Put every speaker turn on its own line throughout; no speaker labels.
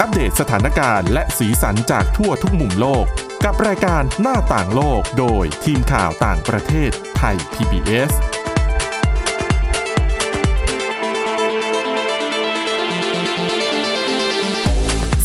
อัปเดตสถานการณ์และสีสันจากทั่วทุกมุมโลก กับรายการหน้าต่างโลกโดยทีมข่าวต่างประเทศไทย PBS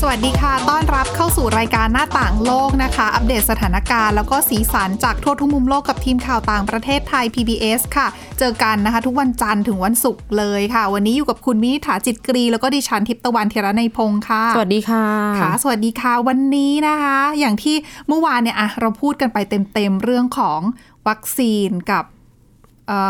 สวัสดีค่ะ ต้อนรับเข้าสู่รายการหน้าต่างโลกนะคะ อัปเดตสถานการณ์แล้วก็สีสันจากทั่วทุกมุมโลกกับทีมข่าวต่างประเทศไทย PBS ค่ะ เจอกันนะคะ ทุกวันจันทร์ถึงวันศุกร์เลยค่ะ วันนี้อยู่กับคุณมินิถาจิตกรี แล้วก็ดิฉันทิพย์ตะวันเทยระในยพงค์ค่ะ
สวัสดีค่ะ
ค่ะสวัสดีค่ะ วันนี้นะคะ อย่างที่เมื่อวานเนี่ยอะเราพูดกันไปเต็มๆ เรื่องของวัคซีนกับเอ่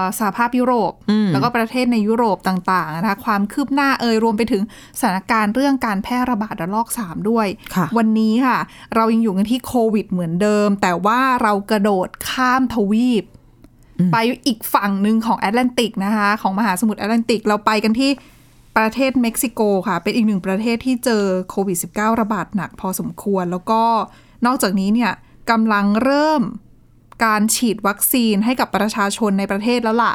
อสหภาพยุโรป
อืม
แล้วก็ประเทศในยุโรปต่างๆนะคะความคืบหน้าเอ่ยรวมไปถึงสถานการณ์เรื่องการแพร่ระบาดระลอก 3 ด้วย
ค่ะ
วันนี้ค่ะ เรายังอยู่กันที่โควิดเหมือนเดิม แต่ว่าเรากระโดดข้ามทวีป
อืม
ไปอีกฝั่งหนึ่งของแอตแลนติกนะคะ ของมหาสมุทรแอตแลนติกเราไปกันที่ประเทศเม็กซิโกค่ะ เป็นอีกหนึ่งประเทศที่เจอโควิด -19 ระบาดหนักพอสมควร แล้วก็นอกจากนี้เนี่ยกำลังเริ่มการฉีดวัคซีนให้กับประชาชนในประเทศแล้วล่ะ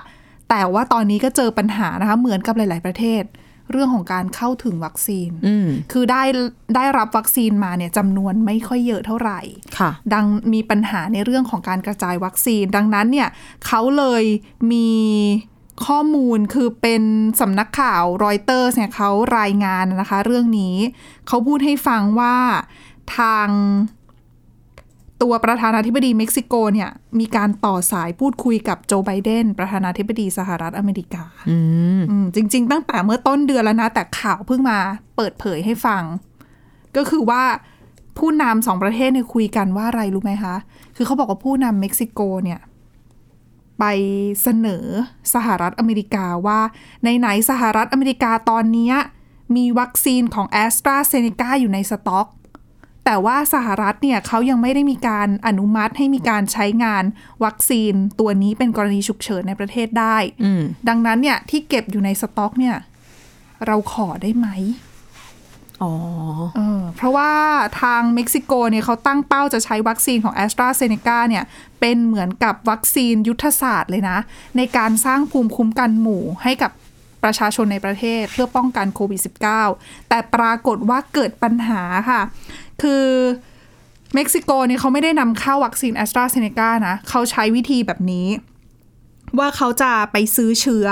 แต่ว่าตอนนี้ก็เจอปัญหานะคะ เหมือนกับหลาย ๆ ประเทศ เรื่องของการเข้าถึงวัคซีน
อืม
คือได้ได้รับวัคซีนมาเนี่ยจำนวนไม่ค่อยเยอะเท่าไหร่
ค่ะ
ดังมีปัญหาในเรื่องของการกระจายวัคซีน ดังนั้นเนี่ยเขาเลยมีข้อมูลคือเป็นสำนักข่าวรอยเตอร์เนี่ยเขารายงานนะคะ เรื่องนี้เขาพูดให้ฟังว่าทางตัวประธานาธิบดีเม็กซิโกเนี่ยมีการต่อสายพูดคุยกับโจไบเดนประธานาธิบดีสหรัฐอเมริกา
อืม
อืมจริง ๆ ตั้งแต่เมื่อต้นเดือนแล้วนะ แต่ข่าวเพิ่งมาเปิดเผยให้ฟัง ก็คือว่าผู้นำสองประเทศเนี่ยคุยกันว่าอะไรรู้ไหมคะ คือเขาบอกว่าผู้นำเม็กซิโกเนี่ย ไปเสนอสหรัฐอเมริกาว่าในไหนๆสหรัฐอเมริกาตอนเนี้ยมีวัคซีนของแอสตราเซเนกาอยู่ในสต็อก แต่ว่าสหรัฐเนี่ยเขายังไม่ได้มีการอนุมัติให้มีการใช้งานวัคซีนตัวนี้เป็นกรณีฉุกเฉินในประเทศได้
อืม
ดังนั้นเนี่ยที่เก็บอยู่ในสต็อกเนี่ย เราขอได้ไหม
อ๋อ
เออเพราะว่าทางเม็กซิโกเนี่ยเขาตั้งเป้าจะใช้วัคซีนของ a s t r a z เซ e c a เนี่ย เป็นเหมือนกับวัคซีนยุทธศาสตร์เลยนะ ในการสร้างภูมิคุ้มกันหมู่ให้กับประชาชนในประเทศเพื่อป้องกันโควิด -19 แต่ปรากฏว่าเกิดปัญหาค่ะ คือ เม็กซิโกเนี่ยเขาไม่ได้นำเข้าวัคซีนแอสตราเซเนกานะ เขาใช้วิธีแบบนี้ ว่าเขาจะไปซื้อเชื้อ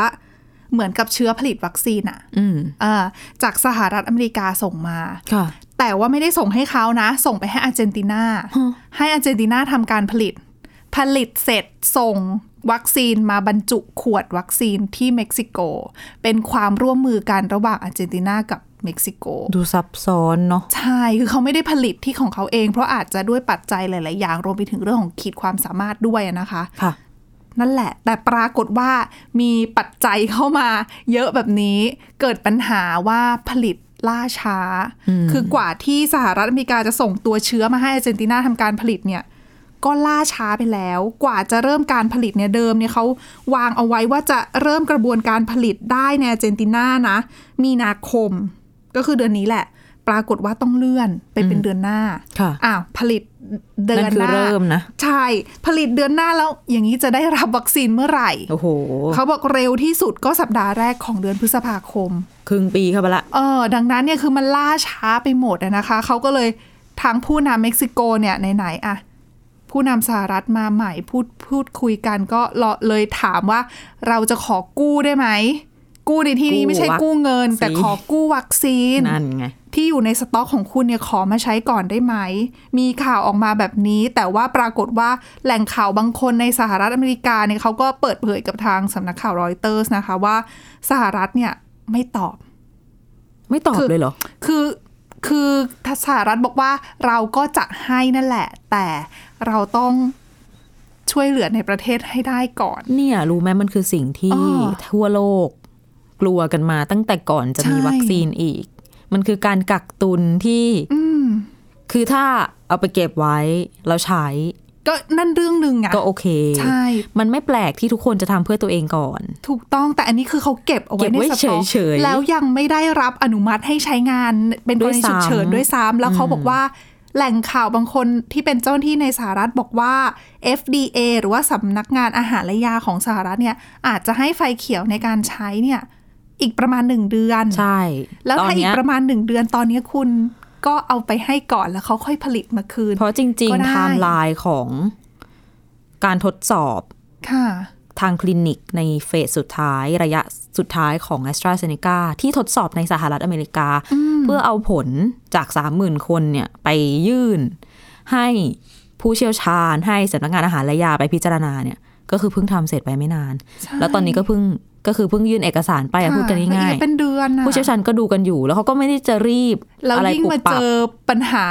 เหมือนกับเชื้อผลิตวัคซีนอะ
อืม
เอ่อจากสหรัฐอเมริกาส่งมา
ค่ะ
แต่ว่าไม่ได้ส่งให้เขานะ ส่งไปให้อาร์เจนตินา
ฮะ
ให้อาร์เจนตินาทำการผลิต ผลิตเสร็จส่งวัคซีนมาบรรจุขวดวัคซีนที่เม็กซิโก เป็นความร่วมมือกันระหว่างอาร์เจนตินากับเม็กซิโก
ดูซับซ้อนเนาะ
ใช่ คือเขาไม่ได้ผลิตที่ของเขาเอง เพราะอาจจะด้วยปัจจัยหลาย ๆ อย่าง รวมไปถึงเรื่องของขีดความสามารถด้วยนะคะ
ค่ะ
นั่นแหละ แต่ปรากฏว่ามีปัจจัยเข้ามาเยอะแบบนี้ เกิดปัญหาว่าผลิตล่าช้า คือกว่าที่สหรัฐอเมริกาจะส่งตัวเชื้อมาให้อาร์เจนตินาทำการผลิตเนี่ย ก็ล่าช้าไปแล้ว กว่าจะเริ่มการผลิตเนี่ยเดิมเนี่ยเขาวางเอาไว้ว่าจะเริ่มกระบวนการผลิตได้ในอาร์เจนตินานะ มีนาคม ก็คือเดือนนี้แหละ ปรากฏว่าต้องเลื่อนไปเป็นเดือนหน้า
ค่ะ
อ้าวผลิตเดื
นั่
อน น
คื
ห
อ
น้า
เริ่มนะ
ใช่ ผลิตเดือนหน้าแล้วอย่างนี้จะได้รับวัคซีนเมื่อไหร่
โอ้โห
เขาบอกเร็วที่สุดก็สัปดาห์แรกของเดือนพฤษภาคม
ครึ่งปีเข้าไปละ
เออดังนั้นเนี่ยคือมันล่าช้าไปหมดอะนะคะ เขาก็เลยทางผู้นำเม็กซิโกเนี่ยไหนๆอะผู้นำสหรัฐมาใหม่พูดพูดคุยกันก็เลาะเลยถามว่าเราจะขอกู้ได้ไหม กู้ในที่นี้
กู้
ไม่ใช่
วัค
กู้เงิน แต่
ซีน
ขอกู้วัคซีน
นั่นไง
ที่อยู่ในสต็อกของคุณเนี่ยขอมาใช้ก่อนได้ไหม มีข่าวออกมาแบบนี้ แต่ว่าปรากฏว่าแหล่งข่าวบางคนในสหรัฐอเมริกาเนี่ยเขาก็เปิดเผยกับทางสำนักข่าวรอยเตอร์สนะคะว่าสหรัฐเนี่ยไม่ตอบ
ไม่ตอบ
คือ
เลยเหรอ
คือคือสหรัฐบอกว่าเราก็จะให้นั่นแหละ แต่เราต้องช่วยเหลือในประเทศให้ได้ก่อน
เนี่ย รู้ไหมมันคือสิ่งที่
อ้อ
ทั่วโลก กลัวกันมาตั้งแต่ก่อนจะมี
ใช่
วัคซีนอีก มันคือการกักตุนที่
อืม
คือถ้าเอาไปเก็บไว้ แล้วใช้
ก็นั่นเรื่องหนึ่งอะ
ก็โอเค
ใช่
มันไม่แปลกที่ทุกคนจะทำเพื่อตัวเองก่อน
ถูกต้องแต่อันนี้คือเขาเก็บเอา
เก็
ไว้
บ
ใน
ไว้
สต็อก
เฉยๆ
แล้วยังไม่ได้รับอนุมัติให้ใช้งานเป็นกรณี
ด้วยซ้ำ
ฉุกเฉินด้วยซ้ำแล้วเขาบอกว่าแหล่งข่าวบางคนที่เป็นเจ้าหน้าที่ในสหรัฐบอกว่า FDA หรือว่าสำนักงานอาหารและยาของสหรัฐเนี่ยอาจจะให้ไฟเขียวในการใช้เนี่ย อีกประมาณหนึ่งเดือน
ใช่
แล้ว
ตอน
ถ้าอีก
เนี้ย
ประมาณหนึ่งเดือนตอนนี้คุณก็เอาไปให้ก่อนแล้วเขาค่อยผลิตมาคืน
เพราะจริง
ก็ได้
ๆไทม์ไลน์ของการทดสอบ
ค่ะ
ทางคลินิกในเฟสสุดท้ายระยะสุดท้ายของ a s t r a z เซ e c a ที่ทดสอบในสหรัฐอเมริกา เพื่อเอาผลจาก 30,000 คนเนี่ยไปยื่น ให้ผู้เชี่ยวชาญให้สำนักงานอาหารและยาไปพิจารณาเนี่ยก็คือเพิ่งทำเสร็จไปไม่นาน
ใช่
แล้วตอนนี้ก็เพิ่งก็คือเพิ่งยื่นเอกสารไปอะ
ค่ะ
พูดกันง่าย
ละเอีดเป็นเดือน
ๆ
อะ
ผู้เชี่ยวชาญก็ดูกันอยู่ แล้วเขาก็ไม่ได้จะรีบ
แล้ว
อะไร
ยิ่ง
ปุบ
มา
ปั
เจอ
บ
ปัญหา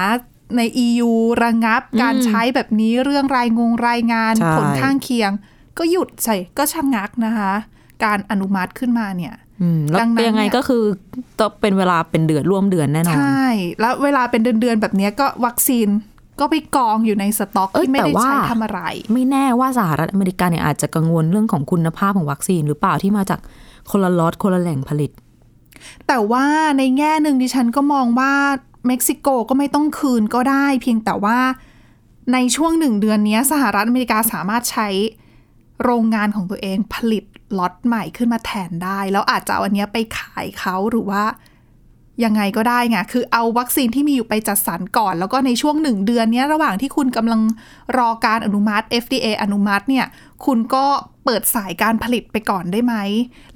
ใน EU ระงับ การ
อืม
ใช้แบบนี้เรื่องรายงงรายงาน
ใช่
ผลข้างเคียง ก็หยุดใช่ก็ชะงักนะคะ การอนุมัติขึ้นมาเนี่ย
อืมแล้ว
ดังนั้น
ยังไง
เนี่ย
ก็คือต้องเป็นเวลาเป็นเดือนร่วมเดือนแน่นอน
ใช่ แล้วเวลาเป็นเดือนๆแบบเนี้ยก็วัคซีนก็ไปกองอยู่ในสต็อก
เอ้ย
ที่ไม่ได้
แต่ว่า
ใช้ทำอะไร
ไม่แน่ว่าสหรัฐอเมริกาเนี่ยอาจจะกังวลเรื่องของคุณภาพของวัคซีนหรือเปล่าที่มาจากคนละล็อตคนละแหล่งผลิต
แต่ว่าในแง่หนึ่งดิฉันก็มองว่าเม็กซิโกก็ไม่ต้องคืนก็ได้ เพียงแต่ว่าในช่วงหนึ่งเดือนเนี้ยสหรัฐอเมริกาสามารถใช้โรงงานของตัวเองผลิตล็อตใหม่ขึ้นมาแทนได้ แล้วอาจจะเอาอันเนี้ยไปขายเขาหรือว่ายังไงก็ได้ไงคือเอาวัคซีนที่มีอยู่ไปจัดสรรก่อน แล้วก็ในช่วงหนึ่งเดือนเนี้ยระหว่างที่คุณกำลังรอการอนุมัติ FDA อนุมัติเนี่ยคุณก็เปิดสายการผลิตไปก่อนได้ไหม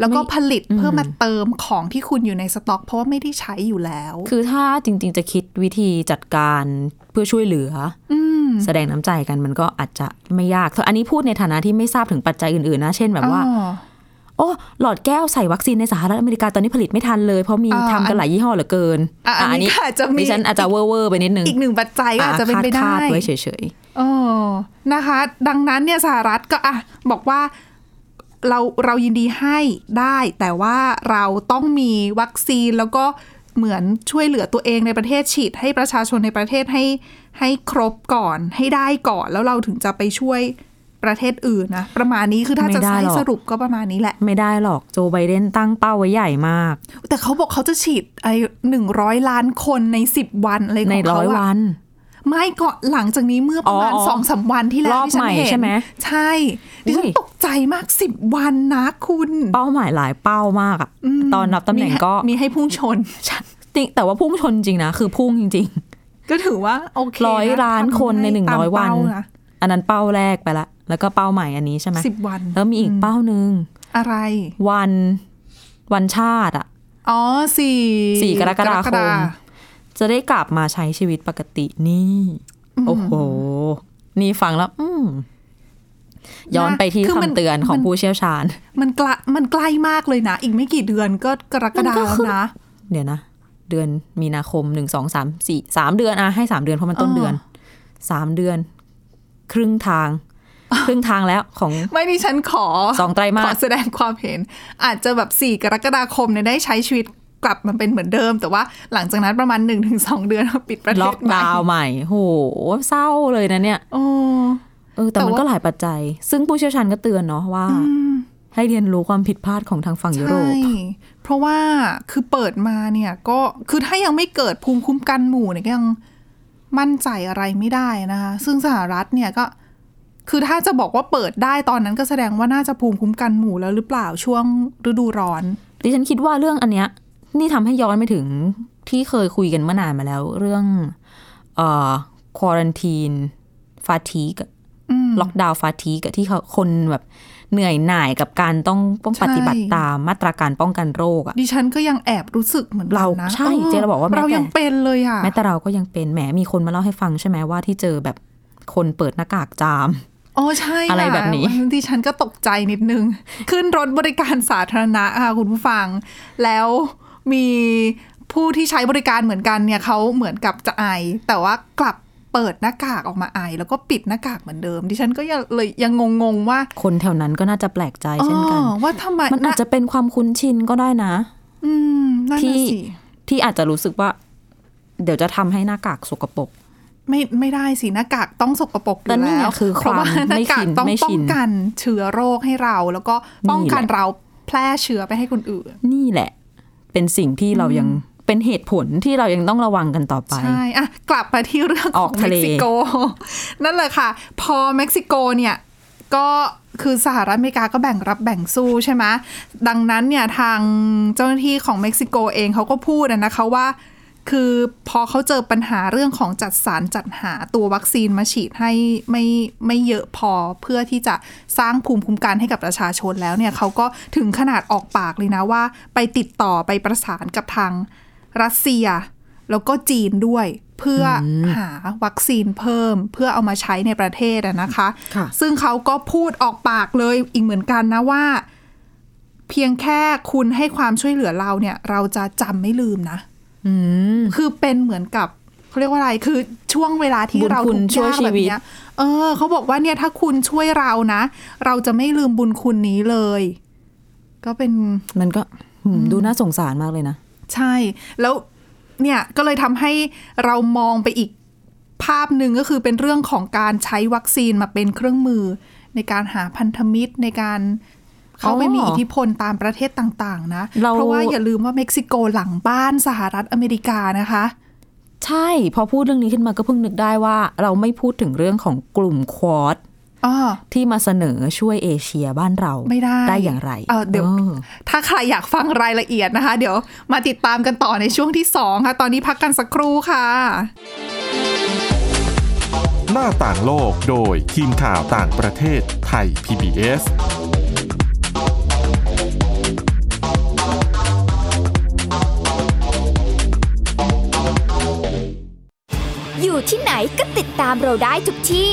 แล้วก็ผลิตเพื่อมาเติมของที่คุณอยู่ในสต็อก เพราะว่าไม่ได้ใช้อยู่แล้ว
คือถ้าจริง ๆ จะคิดวิธีจัดการเพื่อช่วยเหลืออแสดงน้ำใจกันมันก็อาจจะไม่ยากอันนี้พูดในฐานะที่ไม่ทราบถึงปัจจัยอื่นๆนะ เช่นแบบว่า โอ้หลอดแก้วใส่วัคซีนในสหรัฐอเมริกาตอนนี้ผลิตไม่ทันเลย เพราะมี
อ่า
ทำกันหลายยี่ห้อเหลือเกิน
อ่ะอันนี้ก็อาจจะมี
ดิฉันอาจจะเว่อร์ๆไปนิดนึง
อีกหนึ่งปัจจัยก็อาจจะเป็นไป
คา
ได้
ดๆไว้เฉย
เออนะคะ ดังนั้นเนี่ยสหรัฐก็อ่ะบอกว่าเราเรายินดีให้ได้ แต่ว่าเราต้องมีวัคซีนแล้วก็เหมือนช่วยเหลือตัวเองในประเทศฉีด ให้ประชาชนในประเทศให้ให้ครบก่อนให้ได้ก่อนแล้วเราถึงจะไปช่วยประเทศอื่นนะประมาณนี้คือถ้าจะใช้สรุปก็ประมาณนี้แหละ
ๆ ไม่ได้หรอกโจไบเดนตั้งเป้าไว้ใหญ่มาก
แต่เขาบอกเขาจะฉีดไอ้หนึ่งร้อยล้านคนในสิบวันอะไรข
ใน
อง
ร้
เขา
อย
อะ
วัน
ไม่ก็หลังจากนี้เมื่อประมาณ
อ๋ออ๋อ
สองสามวันที่แล้
ร
ว
อบ
ที่ฉัน
ใหม่
เห็น
ใช่ไหม
ใช่ดิฉั
อุ้
น
ย
ตกใจมากสิบวันนะคุณ
เป้าหมายหลายเป้ามากอะตอนรับตำแหน่งก็
มีให้พุ่งชน
จริงแต่ว่าพุ่งชนจริงนะ คือพุ่งจริง
ก็ถือว่าโอเคนะ
ร้อยล้าน
ทำ
คนใน
ใ
หนึ่งร้อย
ตามเป้า
วัน
นะ
ๆ อันนั้นเป้าแรกไปละ แล้วก็เป้าใหม่อันนี้ใช่ไหม
สิบวัน
แล้วมีอีกเป้าหนึ่ง
อะไร
วันวันชาติอะ
อ๋อสี่
สี่กรกฎาคม
ฎ
จะได้กลับมาใช้ชีวิตปกตินี่ โอ้โห นี่ฟังแล้ว อืมย้อนไปที่
คือมั
คำเตือนของ
มั
ผู้เชี่ยวชาญ
มันกละมันใกล้มากเลยนะ อีกไม่กี่เดือนก็กรกฎาคมแล้วนะ
เดี๋ยวนะ เดือนมีนาคมหนึ่งสองสามสี่สามเดือนอะให้สามเดือนเพราะมันต้นเดือนสามเดือน ครึ่งทาง ครึ่งทางแล้วของ
ไม่ดิฉันขอ
สองไตรมาส
ขอแสดงความเห็น อาจจะแบบ 4 กรกฎาคมเนี่ยได้ใช้ชีวิตกลับมาเป็นเหมือนเดิม แต่ว่าหลังจากนั้นประมาณ 1-2 เดือนปิดประเท
ล็อ
ศ
ก
ใหม่
ดาวน์ใหม่ โห เศร้าเลยนะเนี่ย
โอ้
เออแต่
แต่
มัน
ว่า
ก็หลายปัจจัย ซึ่งผู้เชี่ยวชาญก็เตือนเนาะว่า ให้เรียนรู้ความผิดพลาดของทางฝั่งยุโร
ใช่
ป
เพราะว่าคือเปิดมาเนี่ย ก็คือถ้ายังไม่เกิดภูมิคุ้มกันหมู่เนี่ยก็ยังมั่นใจอะไรไม่ได้นะคะ ซึ่งสหรัฐเนี่ยก็ คือถ้าจะบอกว่าเปิดได้ตอนนั้นก็แสดงว่าน่าจะภูมิคุ้มกันหมู่แล้วหรือเปล่าช่วงฤดูร้อน
ดิฉันคิดว่าเรื่องอันเนี้ยนี่ทำให้ย้อนไปถึงที่เคยคุยกันเมื่อนานมาแล้ว เรื่องเอ่อควอรันทีนฟาทีกล็อกดาวน์ฟาทีกที่เขาคนแบบเหนื่อยหน่ายกับการต้องต้อง
ใช่
ปฏิบัติตามมาตรการป้องกันโรคอะ
ดิฉันก็ยังแอบรู้สึกเหมือนกัน
เรา
นะ
ใช่เจ๊เราบอกว่าแม้แต่
เรายังเป็นเลยอ่ะ
แม้แต่เราก็ยังเป็นแหมมีคนมาเล่าให้ฟังใช่ไหมว่าที่เจอแบบคนเปิดหน้ากากจาม
อ๋อใช่
อะไรแบบนี้
ค่ะดิฉันก็ตกใจนิดนึง ขึ้นรถบริการสาธารณะค่ะคุณผู้ฟัง แล้วมีผู้ที่ใช้บริการเหมือนกันเนี่ยเขาเหมือนกับจะไอ แต่ว่ากลับเปิดหน้ากากออกมาไอ แล้วก็ปิดหน้ากากเหมือนเดิม ดิฉันก็ยังเลยยังงงๆว่า
คนแถวนั้นก็น่าจะแปลกใจเช่นกัน
อ๋อว่าทำไม
มันอาจจะเป็นความคุ้นชินก็ได้นะ
อืมนั่น
ที่
น่ะสิ
ที่อาจจะรู้สึกว่า เดี๋ยวจะทำให้หน้ากากสกปรก
ไม่ไม่ได้สิหน้ากากต้องสกปรกอยู่
แต่นี่
แล้
ไง
ว
คือ
เพราะว่า
ความ
หน้ากากต้อง
ไม่ชิน
ป้องกันเชื้อโรคให้เรา แล้วก็ป้อง
นี่แหละ
กันเราแพร่เชื้อไปให้คนอื่น
นี่แหละ เป็นสิ่งที่เรายังเป็นเหตุผลที่เรายังต้องระวังกันต่อไป
ใช่อะกลับมาที่เรื่องข
อ
อ
อก
ง
ทะ
เม็
เล
กซิโก นั่นแหละค่ะ พอเม็กซิโกเนี่ย ก็คือสหรัฐอเมริกาก็แบ่งรับแบ่งสู้ใช่ไหมดังนั้นเนี่ยทางเจ้าหน้าที่ของเม็กซิโกเองเขาก็พูดอะนะคะว่า คือพอเขาเจอปัญหาเรื่องของจัดสรรจัดหาตัววัคซีนมาฉีดให้ไม่ไม่เยอะพอเพื่อที่จะสร้างภูมิคุ้มกันให้กับประชาชนแล้วเนี่ยเขาก็ถึงขนาดออกปากเลยนะว่า ไปติดต่อไปประสานกับทางรัสเซีย แล้วก็จีนด้วยเพื่ออหาวัคซีนเพิ่ม เพื่อเอามาใช้ในประเทศอะนะคะ
ค่ะ
ซึ่งเขาก็พูดออกปากเลยอีกเหมือนกันนะว่า เพียงแค่คุณให้ความช่วยเหลือเราเนี่ย เราจะจำไม่ลืมนะ
อืม
คือเป็นเหมือนกับเขาเรียกว่าอะไร คือช่วงเวลาที่
บุญ
เรา
คุณ
ทุกข์
ช่วย
ยาก
ชี
แบบ
วิต
เนี้ยเออเขาบอกว่าเนี่ยถ้าคุณช่วยเรานะ เราจะไม่ลืมบุญคุณนี้เลย ก็เป็น
มันก็อืมดูน่าสงสารมากเลยนะ
ใช่ แล้วเนี่ยก็เลยทำให้เรามองไปอีกภาพหนึ่งก็คือเป็นเรื่องของการใช้วัคซีนมาเป็นเครื่องมือ ในการหาพันธมิตรในการเข้าไป
อ๋อ
มีอิทธิพลตามประเทศต่างๆ นะ
เรา
เพราะว่าอย่าลืมว่าเม็กซิโกหลังบ้านสหรัฐอเมริกานะคะ
ใช่ พอพูดเรื่องนี้ขึ้นมาก็เพิ่งนึกได้ว่า เราไม่พูดถึงเรื่องของกลุ่มควอด
อ้อ
ที่มาเสนอช่วยเอเชียบ้านเรา
ไม่ได้
ได้อย่างไร
เออเดี๋ยว
อ
ถ้าใครอยากฟังรายละเอียดนะคะ เดี๋ยวมาติดตามกันต่อในช่วงที่ 2 ค่ะ ตอนนี้พักกันสักครู่ค่ะ
หน้าต่างโลกโดยทีมข่าวต่างประเทศไทย PBS
อยู่ที่ไหนก็ติดตามเราได้ทุกที่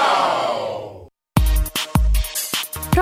เพร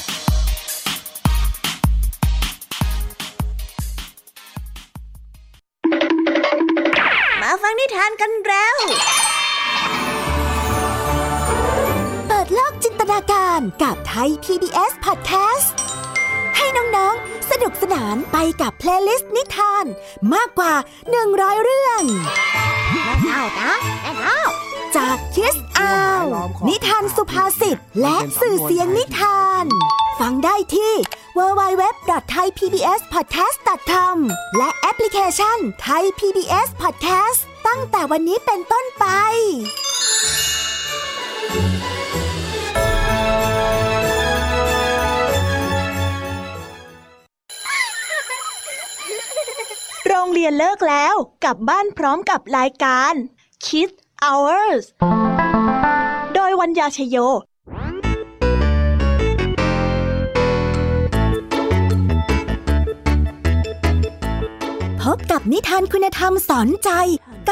มาฟังนิทานกันแล้ว เปิดโลกจินตนาการกับไทย PBS Podcast ให้น้องๆ สนุกสนานไปกับเพลย์ลิสต์นิทาน มากกว่า 100 เรื่องเอานะเอาจากคิสอาว นิทานสุภาษิตและสื่อเสียงนิทาน ฟังได้ที่ www.thaipbspodcast.com และแอปพลิเคชัน Thai PBS Podcast ตั้งแต่วันนี้เป็นต้นไป
โรงเรียนเลิกแล้วกลับบ้านพร้อมกับรายการ Kids Hours โดยวัญญาชยโย
พบกับนิทานคุณธรรมสอนใจ ก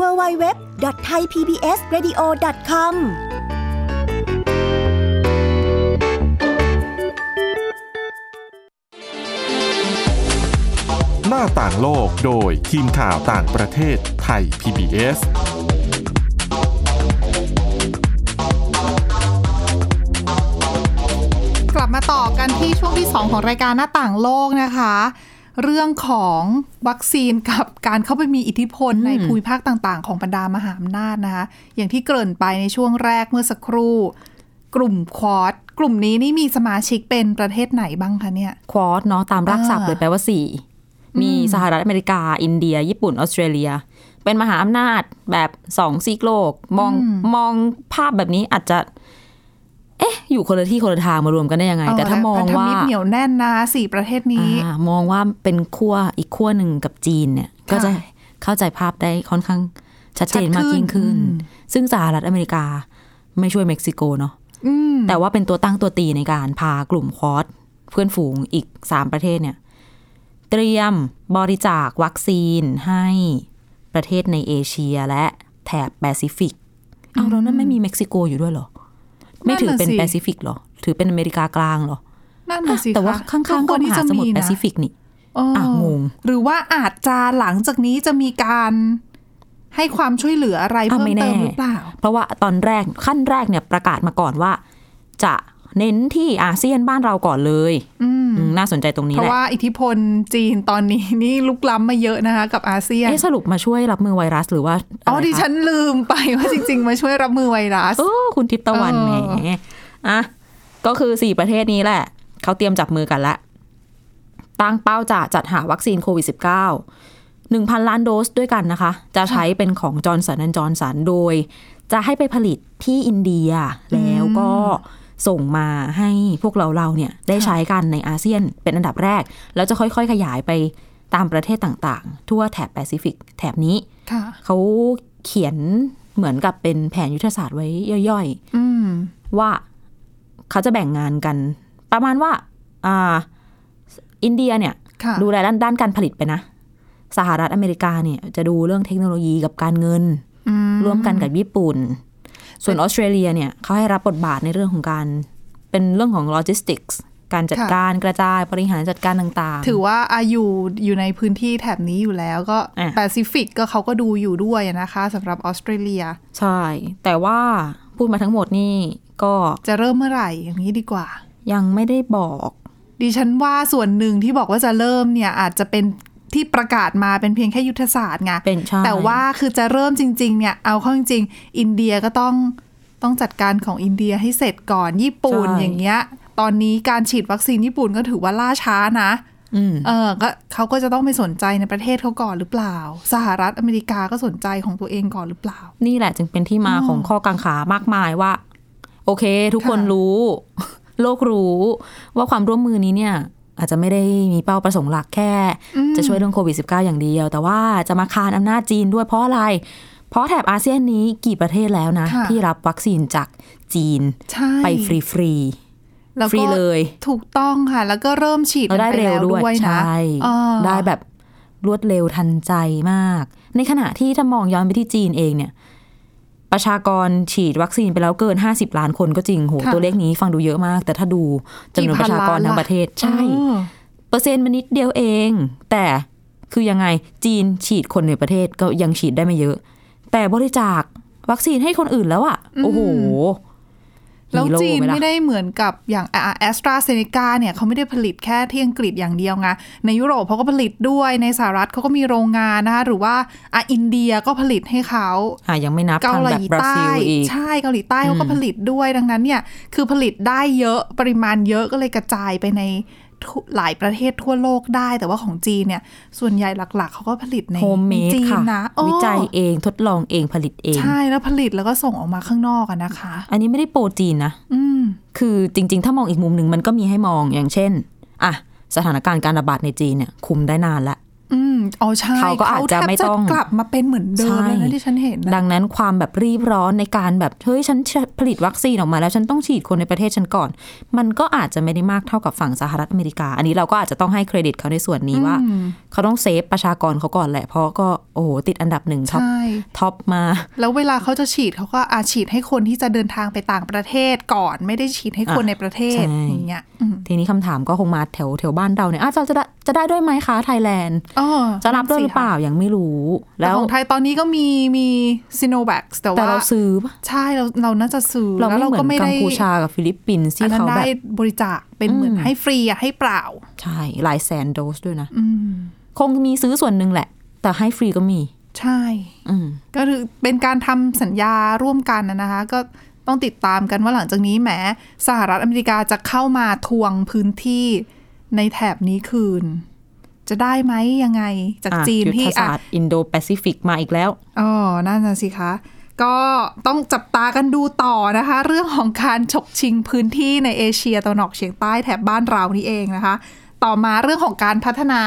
www.thaipbsradio.com
หน้าต่างโลกโดยทีมข่าวต่างประเทศไทย PBS
กลับมาต่อกันที่ช่วงที่ 2 ของรายการหน้าต่างโลกนะคะ เรื่องของวัคซีนกับการเข้าไปมีอิทธิพลในภูมิภาคต่างๆ ของบรรดามหาอำนาจนะคะ อย่างที่เกริ่นไปในช่วงแรกเมื่อสักครู่ กลุ่มควอดกลุ่มนี้นี่มีสมาชิกเป็นประเทศไหนบ้างคะเนี่ย
ควอดเนาะตามรากศัพท์
อ่า
เลยแปลว่าสี่มีสหรัฐอเมริกา อินเดีย ญี่ปุ่น ออสเตรเลีย เป็นมหาอำนาจแบบสองซีกโลก มองมองภาพแบบนี้อาจจะ เอ๊ะ อยู่คนละที่คนละทางมารวมกันได้ยังไง แต่ถ้ามองว่า
พันธตรเหนียวแน่นนะสี่ประเทศนี้
อ่ามองว่าเป็นขั้วอีกขั้วหนึ่งกับจีนเนี่ย ก็จะเข้าใจภาพได้ค่อนข้างชัดเจน
ชัดขึ้น
มากยิ่งขึ้น
อืม
ซึ่งสหรัฐอเมริกาไม่ช่วยเม็กซิโกเนาะ
อืม
แต่ว่าเป็นตัวตั้งตัวตีในการพากลุ่มควอดเพื่อนฝูงอีกสามประเทศเนี่ย เตรียมบริจาควัคซีนให้ประเทศในเอเชียและแถบแปซิฟิกเอาแล้วนั่นไม่มีเม็กซิโกอยู่ด้วยเหรอ ไม่ถือเป็น
สิ
แปซิฟิกเหรอ ถือเป็นอเมริกากลางเหรอ
นั่นน่ะสิ
แต่ว่า
คะ
ข้าง
ค
ๆก็
วร
ม
ที่
หา
จะ
สมุทร
นะ
แปซิฟิกนี่
เอออ่
ะงง
หรือว่าอาจจะหลังจากนี้จะมีการให้ความช่วยเหลืออะไร
อ่ะ
เพิ่ม
ไม่
เติ
แน่
มหรือเปล่า
เพราะว่าตอนแรกขั้นแรกเนี่ยประกาศมาก่อนว่า จะเน้นที่อาเซียนบ้านเราก่อนเลย
อืม
อืมน่าสนใจตรงนี้
เพ
แห
ราะ
ละ
ว่าอิทธิพลจีนตอนนี้ นี่ลุกล้ำมาเยอะนะคะ กับอาเซียน
เอ๊ะสรุปมาช่วยรับมือไวรัสหรือว่า
อ๋อดิฉั
น
นลืมไปว่าจริง ๆ มาช่วยรับมือไวรัส
โอ้คุณทิพย์ตะวัน
เออ
แหมอ่ะก็คือสี่ประเทศนี้แหละ เขาเตรียมจับมือกันละตั้งเป้าจะจัดหาวัคซีนโควิด -19 1,000 ล้านโดสด้วยกันนะคะ จะใช้เป็นของจอร์นสันแอนจอร์นสันโดย จะให้ไปผลิตที่อินเดียแล้วก็ส่งมาให้พวกเราเราเนี่ยได้ใช้กันในอาเซียนเป็นอันดับแรก แล้วจะค่อยๆ ขยายไปตามประเทศต่างๆ ทั่วแถบแปซิฟิกแถบนี้
ค่ะ
เขาเขียนเหมือนกับเป็นแผนยุทธศาสตร์ไว้ย่อย
อืม
ๆ ว่าเขาจะแบ่งงานกัน ประมาณว่าอ่าอินเดียเนี่ย
ค่ะ
ดูแลด้านด้านการผลิตไปนะ สหรัฐอเมริกาเนี่ยจะดูเรื่องเทคโนโลยีกับการเงิน
อืม
ร่วมกันกับญี่ปุ่น ส่วนออสเตรเลียเนี่ยเขาให้รับบทบาทในเรื่องของการ เป็นเรื่องของโลจิสติกส์การจัด
ค่ะ
การกระจายบริหารจัดการต่าง
ถือว่าอายุอยู่ในพื้นที่แถบนี้อยู่แล้วก็
อ่ะ
แปซิฟิกก็เขาก็ดูอยู่ด้วยนะคะสำหรับออสเตรเลีย
ใช่ แต่ว่าพูดมาทั้งหมดนี่ก็
จะเริ่มเมื่อไหร่อย่างนี้ดีกว่า
ยังไม่ได้บอก
ดิฉันว่าส่วนหนึ่งที่บอกว่าจะเริ่มเนี่ยอาจจะเป็นที่ประกาศมาเป็นเพียงแค่ยุทธศาสตร์ไง
เป็นใช่
แต่ว่าคือจะเริ่มจริง ๆ เนี่ย เอาเข้าจริงๆอินเดียก็ต้องต้องจัดการของอินเดียให้เสร็จก่อนญี่ปุ่น
ใช่
อย่างเงี้ย ตอนนี้การฉีดวัคซีนญี่ปุ่นก็ถือว่าล่าช้านะ
อืม
เออก็เขาก็จะต้องไปสนใจในประเทศเขาก่อนหรือเปล่า สหรัฐอเมริกาก็สนใจของตัวเองก่อนหรือเปล่า
นี่แหละจึงเป็นที่มาของข้อกังขามากมายว่า โอเค ทุกคน
ค่ะ
รู้ โลกรู้ ว่าความร่วมมือนี้เนี่ย อาจจะไม่ได้มีเป้าประสงค์หลักแค่ จะช่วยเรื่องโควิด -19 อย่างเดียว แต่ว่าจะมาคานอำนาจจีนด้วยเพราะอะไร เพราะแถบอาเซียนนี้กี่ประเทศแล้วนะ
ค่ะ
ที่รับวัคซีนจากจีน
ใช่
ไปฟรีฟรีๆ
แล้ว
ฟรี
ก็
เลย
ถูกต้องค่ะ แล้วก็เริ่มฉีด
แล้วได้
กันป
เร็ว
แล้
ด้วย
นะ
ใช่
เออ
ได้แบบรวดเร็วทันใจมาก ในขณะที่ถ้ามองย้อนไปที่จีนเองเนี่ย ประชากรฉีดวัคซีนไปแล้วเกิน 50 ล้านคนก็จริงโหตัวเลขนี้ฟังดูเยอะมาก แต่ถ้าดูจำนวนประชากรทั้งประเทศใช่
เออ
เปอร์เซ็นต์มันนิดเดียวเอง แต่คือยังไงจีนฉีดคนในประเทศก็ยังฉีดได้ไม่เยอะ แต่บริจาควัคซีนให้คนอื่นแล้วอะ่ะ โอ้โห
แล้ว
ฮีโร่
จีน
หล่ะ
ไม่ได้เหมือนกับอย่างแอสตราเซเนกาเนี่ยเขาไม่ได้ผลิตแค่ที่อังกฤษอย่างเดียวไงในยุโรปเขาก็ผลิตด้วยในสหรัฐเขาก็มีโรงงานนะคะหรือว่าอ่ะอินเดียก็ผลิตให้เขา
อ่ะยังไม่นับ
เกา
ทาง
ห
แบ
ลี
บบรา
ใต้
ซิลอีก
ใช่เกาหลีใต้เขาก็ผลิตด้วยดังนั้นเนี่ยคือผลิตได้เยอะปริมาณเยอะก็เลยกระจายไปในทุหลายประเทศทั่วโลกได้ แต่ว่าของจีนเนี่ยส่วนใหญ่หลักๆ เขาก็ผลิตใน
โฮมเมด
จีน
ค่ะ
นะโอ้
วิจัยเองทดลองเองผลิตเอง
ใช่แล้วผลิตแล้วก็ส่งออกมาข้างนอกอะนะคะ
อันนี้ไม่ได้โปรจีนนะ
อืม
คือจริง ๆ ถ้ามองอีกมุมหนึ่งมันก็มีให้มองอย่างเช่นอ่ะสถานการณ์การระบาดในจีนเนี่ยคุมได้นานละ
อืมอ๋อใช่
เขาก็อาจจะไม่ต้อง
เขาแทบกลับมาเป็นเหมือนเดิม
ใช่
แล้วนะที่ฉันเห็นนะ
ดังนั้นความแบบรีบร้อนในการแบบเฮ้ยฉันผลิตวัคซีนออกมาแล้วฉันต้องฉีดคนในประเทศฉันก่อน มันก็อาจจะไม่ได้มากเท่ากับฝั่งสหรัฐอเมริกา อันนี้เราก็อาจจะต้องให้เครดิตเขาในส่วนนี้ว่า
อืม
เขาต้องเซฟประชากรเขาก่อนแหละ เพราะก็โอ้โหติดอันดับหนึ่งท็อป
ใช่
ท็อปมา
แล้วเวลาเขาจะฉีดเขาก็อาฉีดให้คนที่จะเดินทางไปต่างประเทศก่อน ไม่ได้ฉีดให้คน
อ่ะ
ในประเทศ
ใช่
อย่างเงี้ยอืม
ทีนี้คำถามก็คงมาแถวแถวบ้านเราเนี่ยอาจจะจะได้จะได้ด้วยไหมคะไทยแลนด์
อ๋อ
จะรับด้วยหรือเปล่ายังไม่รู้
แล้
แล้วว
ของไทยตอนนี้ก็มีมีซิโนแวคแต่
แต่
ว่า
เราซื้อปะ
ใช่เราเราน่าจะซื้อ
เราไม่
แล้ว
เหมือนกัมพูชากับฟิลิปปินส์
อั
ที่
นนั้น
เขาแบ
ได้
บบ
ริจาคเป็นเหมือนให้ฟรีอะให้เปล่า
ใช่หลายแสนโดสด้วยนะ
อืม
คงมีซื้อส่วนหนึ่งแหละ แต่ให้ฟรีก็มี
ใช่
อืม
ก็คือเป็นการทำสัญญาร่วมกันนะนะคะ ก็ต้องติดตามกันว่าหลังจากนี้แหมสหรัฐอเมริกาจะเข้ามาทวงพื้นที่ในแถบนี้คืน จะได้ไหมยังไงจาก
อ่ะ
จีนที่
ยุทธศา
อ่ะ
สตร์อินโดแปซิฟิกมาอีกแล้ว
อ๋อนั่นน่ะสิคะ ก็ต้องจับตากันดูต่อนะคะ เรื่องของการฉกชิงพื้นที่ในเอเชียตะวันออกเฉียงใต้แถบบ้านเรานี่เองนะคะ ต่อมาเรื่องของการพัฒนา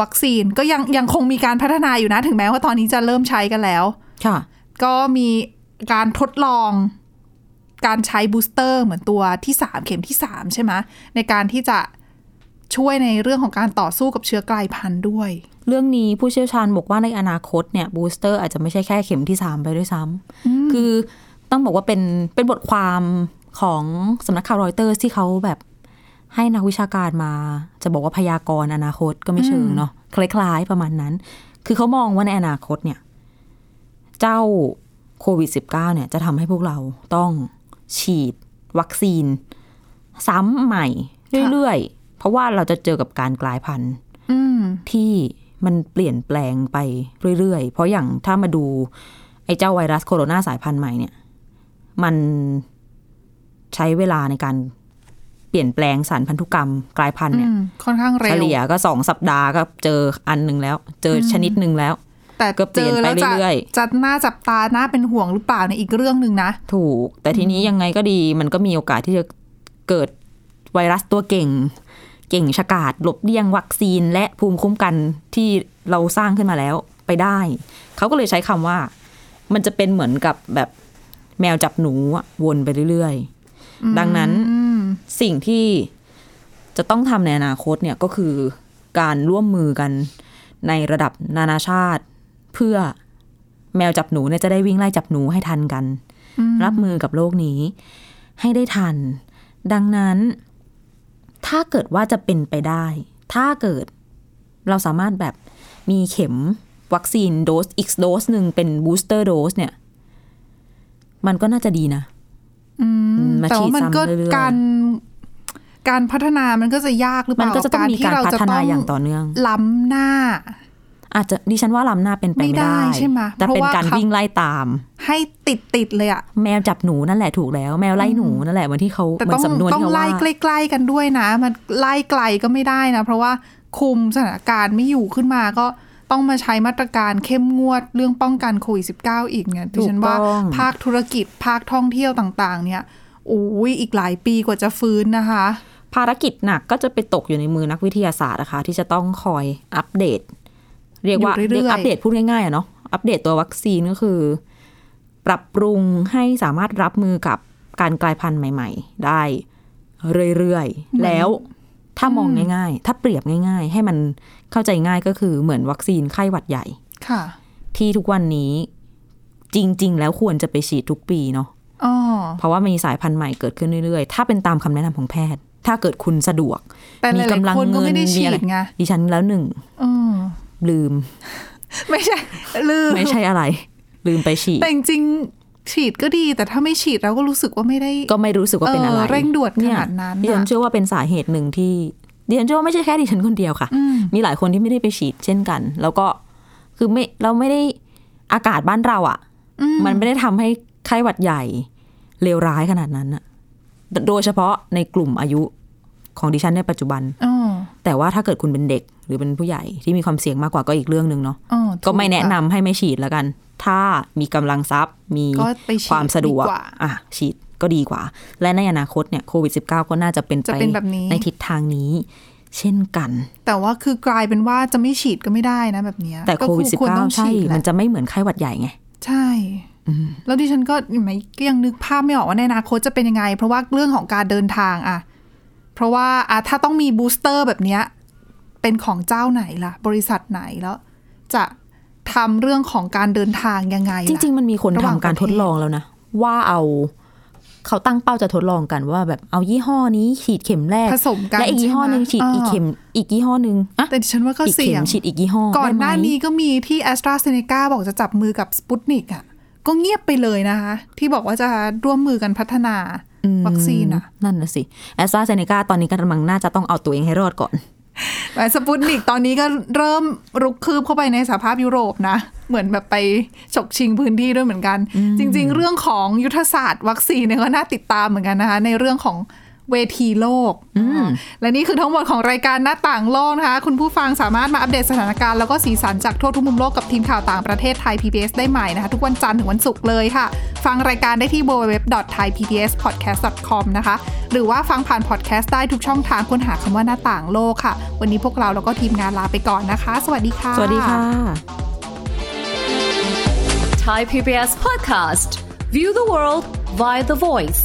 วัคซีนก็ยังยังคงมีการพัฒนาอยู่นะ ถึงแม้ว่าตอนนี้จะเริ่มใช้กันแล้ว
ค่ะ
ก็มีการทดลองการใช้บูสเตอร์เหมือนตัวที่ 3 เข็มที่ 3 ใช่ไหมในการที่จะช่วยในเรื่องของการต่อสู้กับเชื้อกลายพันธุ์ด้วย
เรื่องนี้ผู้เชี่ยวชาญบอกว่าในอนาคตเนี่ยบูสเตอร์อาจจะไม่ใช่แค่เข็มที่ 3 ไปด้วยซ้ำคือต้องบอกว่าเป็นเป็นบทความของสำนักข่าวรอยเตอร์ที่เขาแบบให้นักวิชาการมา จะบอกว่าพยากรณ์อนาคตก็ไม่เชิงเนาะคล้ายๆประมาณนั้น คือเขามองว่าในอนาคตเนี่ย เจ้าโควิด -19 เนี่ยจะทำให้พวกเราต้องฉีดวัคซีน ซ้ำใหม่เรื่อยๆ เพราะว่าเราจะเจอกับการกลายพันธุ์
อืม
ที่มันเปลี่ยนแปลงไปเรื่อยๆ เพราะอย่างถ้ามาดู ไอ้เจ้าไวรัสโคโรนาสายพันธุ์ใหม่เนี่ย มันใช้เวลาในการเปลี่ยนแปลงสารพันธุกรรมกลายพันธุ์เนี่ย
อืม ค่อนข้างเร็
เฉ
ว
ลี่ยก็สองสัปดาห์ก็เจออันหนึ่งแล้ว เจอชนิดหนึ่งแล้ว
แต่
ก็เปลี่ยนไป
จจะ
เรื่อยๆ
จะน่าจับตาน่าเป็นห่วงหรือเปล่าในยอีกเรื่องหนึ่งนะ
ถูก แต่ทีนี้ยังไงก็ดีมันก็มีโอกาสที่จะเกิดไวรัสตัวเก่ง เก่งฉกาจหลบเลี่ยงวัคซีนและภูมิคุ้มกันที่เราสร้างขึ้นมาแล้วไปได้ เขาก็เลยใช้คำว่า มันจะเป็นเหมือนกับแบบแมวจับหนูอะวนไปเรื่อยๆ ดังนั้นสิ่งที่จะต้องทำในอนาคตเนี่ยก็คือการร่วมมือกันในระดับนานาชาติ เพื่อแมวจับหนูเนี่ยจะได้วิ่งไล่จับหนูให้ทันกัน รับมือกับโลกนี้ให้ได้ทัน ดังนั้น ถ้าเกิดว่าจะเป็นไปได้ ถ้าเกิดเราสามารถแบบมีเข็มวัคซีนโดสอีกโดสหนึ่งเป็นบูสเตอร์โดสเนี่ย มันก็น่าจะดีนะอืมมา
แต่
ฉีด
ว่ามัน
ซ้ำ
ก็
เรื่อยๆ
การการพัฒนามันก็จะยากหรือเป
มัน
ล่า
ก็จะต้องมีการพัฒนาอย่างต่อเนื่อง
ล้ำหน้า
อาจจะดิฉันว่าล้ำหน้าเป็นไปไม่
ไม่ได้
ได้
ใช่ไหม
แต่
เพราะ
เป็น
ว่า
การ
เขา
วิ่งไล่ตาม
ให้ติดติดๆเลยอะ
แมวจับหนูนั่นแหละถูกแล้ว แมวไล่หนูนั่นแหละเหมือนที่เขา
แต่
เหมื
ต้
อ
อนง
สำนวน
ต้อง
ที่เขาว่า
ไล่ใกล้ๆกันด้วยนะ มันไล่ไกลก็ไม่ได้นะ เพราะว่าคุมสถานการณ์ไม่อยู่ขึ้นมาก็ต้องมาใช้มาตรการเข้มงวดเรื่องป้องกันโควิด -19 อีกเนี่ยดิฉันว่า
ถูกต้อง
ภาคธุรกิจภาคท่องเที่ยวต่างๆ เนี่ยโอ้ยอีกหลายปีกว่าจะฟื้นนะคะ
ภารกิจหนักก็จะไปตกอยู่ในมือนักวิทยาศาสตร์นะคะ ที่จะต้องคอยอัปเดต เรียกว่า
อยู่เรื่อยๆ
กอัปเดตพูดง่ายๆอะเนาะอัปเดตตัววัคซีนก็คือ ปรับปรุงให้สามารถรับมือกับการกลายพันธุ์ใหม่ ๆ ได้เรื่อยๆ แล้วถ้ามองง่ายๆ ถ้าเปรียบง่าย ๆ ให้มันเข้าใจง่ายก็คือเหมือนวัคซีนไข้หวัดใหญ่
ค่ะ
ที่ทุกวันนี้จริง ๆ แล้วควรจะไปฉีดทุกปีเนาะ
อ๋อ
เพราะว่ามีสายพันธุ์ใหม่เกิดขึ้นเรื่อยๆ ถ้าเป็นตามคำแนะนำของแพทย์ ถ้าเกิดคุณสะดวก
แต่ห
มี
ลาย
กำลัง
ๆคนก็
เงิ
ไม่
น
ได้
มี
ฉี
อะไร
ดไง
ดิฉันแล้วหนึ่ง
อืม
ลืม
ไม่ใช่ ลืม
ไม่ใช่อะไร ลืมไปฉีด
แต่จริงๆฉีดก็ดี แต่ถ้าไม่ฉีดเราก็รู้สึกว่าไม่ได้
ก็ไม่รู้สึกว่าเป็นอะไร
เออเร่งด่วนขนาดนั้น
เยดิฉัน
น่ะ
เชื่อว่าเป็นสาเหตุหนึ่งที่ดิฉันเชื่อว่าไม่ใช่แค่ดิฉันคนเดียวค่ะ มีหลายคนที่ไม่ได้ไปฉีดเช่นกัน แล้วก็คือไม่เราไม่ได้อากาศบ้านเราอะ่ะ มันไม่ได้ทำให้ไข้หวัดใหญ่เลวร้ายขนาดนั้นอะโดยเฉพาะในกลุ่มอายุของดิฉันในปัจจุบัน
อ๋อ
แต่ว่าถ้าเกิดคุณเป็นเด็กหรือเป็นผู้ใหญ่ที่มีความเสี่ยงมากกว่าก็อีกเรื่องหนึ่งเนาะ
อ๋อถู
ก็ไม่แนะนำ
ค่
ให้ไม่ฉีดแล้วกัน ถ้ามีกำลังทรัพย์มี
ก็ไปฉีด
ความสะดวก
ดีกว่า
อ่ะฉีดก็ดีกว่า และในอนาคตเนี่ยโควิด -19 ก็น่าจะเป็น
จะเป็นแบบนี้
ในทิศทางนี้ เช่นกัน
แต่ว่าคือกลายเป็นว่าจะไม่ฉีดก็ไม่ได้นะแบบเนี้ย
แต่โควิด
รต้อง
-19 ใช่
ฉีดแห
มัน
ละ
จะไม่เหมือนไข้หวัดใหญ่ไง
ใช่แล้วดิฉันก็ไม่ก็ยังนึกภาพไม่ออกว่าในอนาคตจะเป็นยังไง เพราะว่าเรื่องของการเดินทางอะเพราะว่าอะถ้าต้องมีบูสเตอร์แบบเนี้ยเป็นของเจ้าไหนล่ะ บริษัทไหนแล้ว จะทำเรื่องของการเดินทางยังไง
จ
ล่ะ
ริง ๆ มันมีคน
ระห
ทำ
ว่าง
การ
ประเทศ
ทดลองแล้วนะ ว่าเอาเขาตั้งเป้าจะทดลองกันว่าแบบเอายี่ห้อนี้ฉีดเข็มแรก
ผสมกัน
และอีกยี่ห้อหนึ่ง
ใ
ฉีดอีกเข็มอีกยี่ห้อหนึ่งอ่ะ
แต่ดิฉันว่าก็
อีก
เสี่
เข็
ยง
มฉีดอีกยี่ห้อ
ก่อนห
ได้ไม
น้านี้ก็มีที่ a s t r a z เซ e c a บอกจะจับมือกับสปุตนิกอ่ะ ก็เงียบไปเลยนะคะ ที่บอกว่าจะร่วมมือกันพัฒนาวัคซีนอ่ะ
นั่นน่ะสิแอสตราเซเนกาตอนนี้กำลังน่าจะต้องเอาตัวเองให้รอดก่อน
แต่ สปุตนิกตอนนี้ก็เริ่มรุกคืบเข้าไปในสหภาพยุโรปนะ เหมือนแบบไปฉกชิงพื้นที่ด้วยเหมือนกัน จริง ๆ เรื่องของยุทธศาสตร์วัคซีนเนี่ยก็น่าติดตามเหมือนกันนะคะ ในเรื่องของ เวทีโลก
อืม
และนี่คือทั้งหมดของรายการหน้าต่างโลกนะคะ คุณผู้ฟังสามารถมาอัปเดตสถานการณ์แล้วก็สีสันจากทั่วทุกมุมโลกกับทีมข่าวต่างประเทศไทย PBS ได้ใหม่นะคะ ทุกวันจันทร์ถึงวันศุกร์เลยค่ะ ฟังรายการได้ที่ www.thaipbspodcast.com นะคะ หรือว่าฟังผ่านพอดแคสต์ได้ทุกช่องทางค้นหาคำว่าหน้าต่างโลกค่ะ วันนี้พวกเราแล้วก็ทีมงานลาไปก่อนนะคะ สวัสดีค่ะ
สวัสดีค่ะ
Thai PBS podcast. View the world via the voice.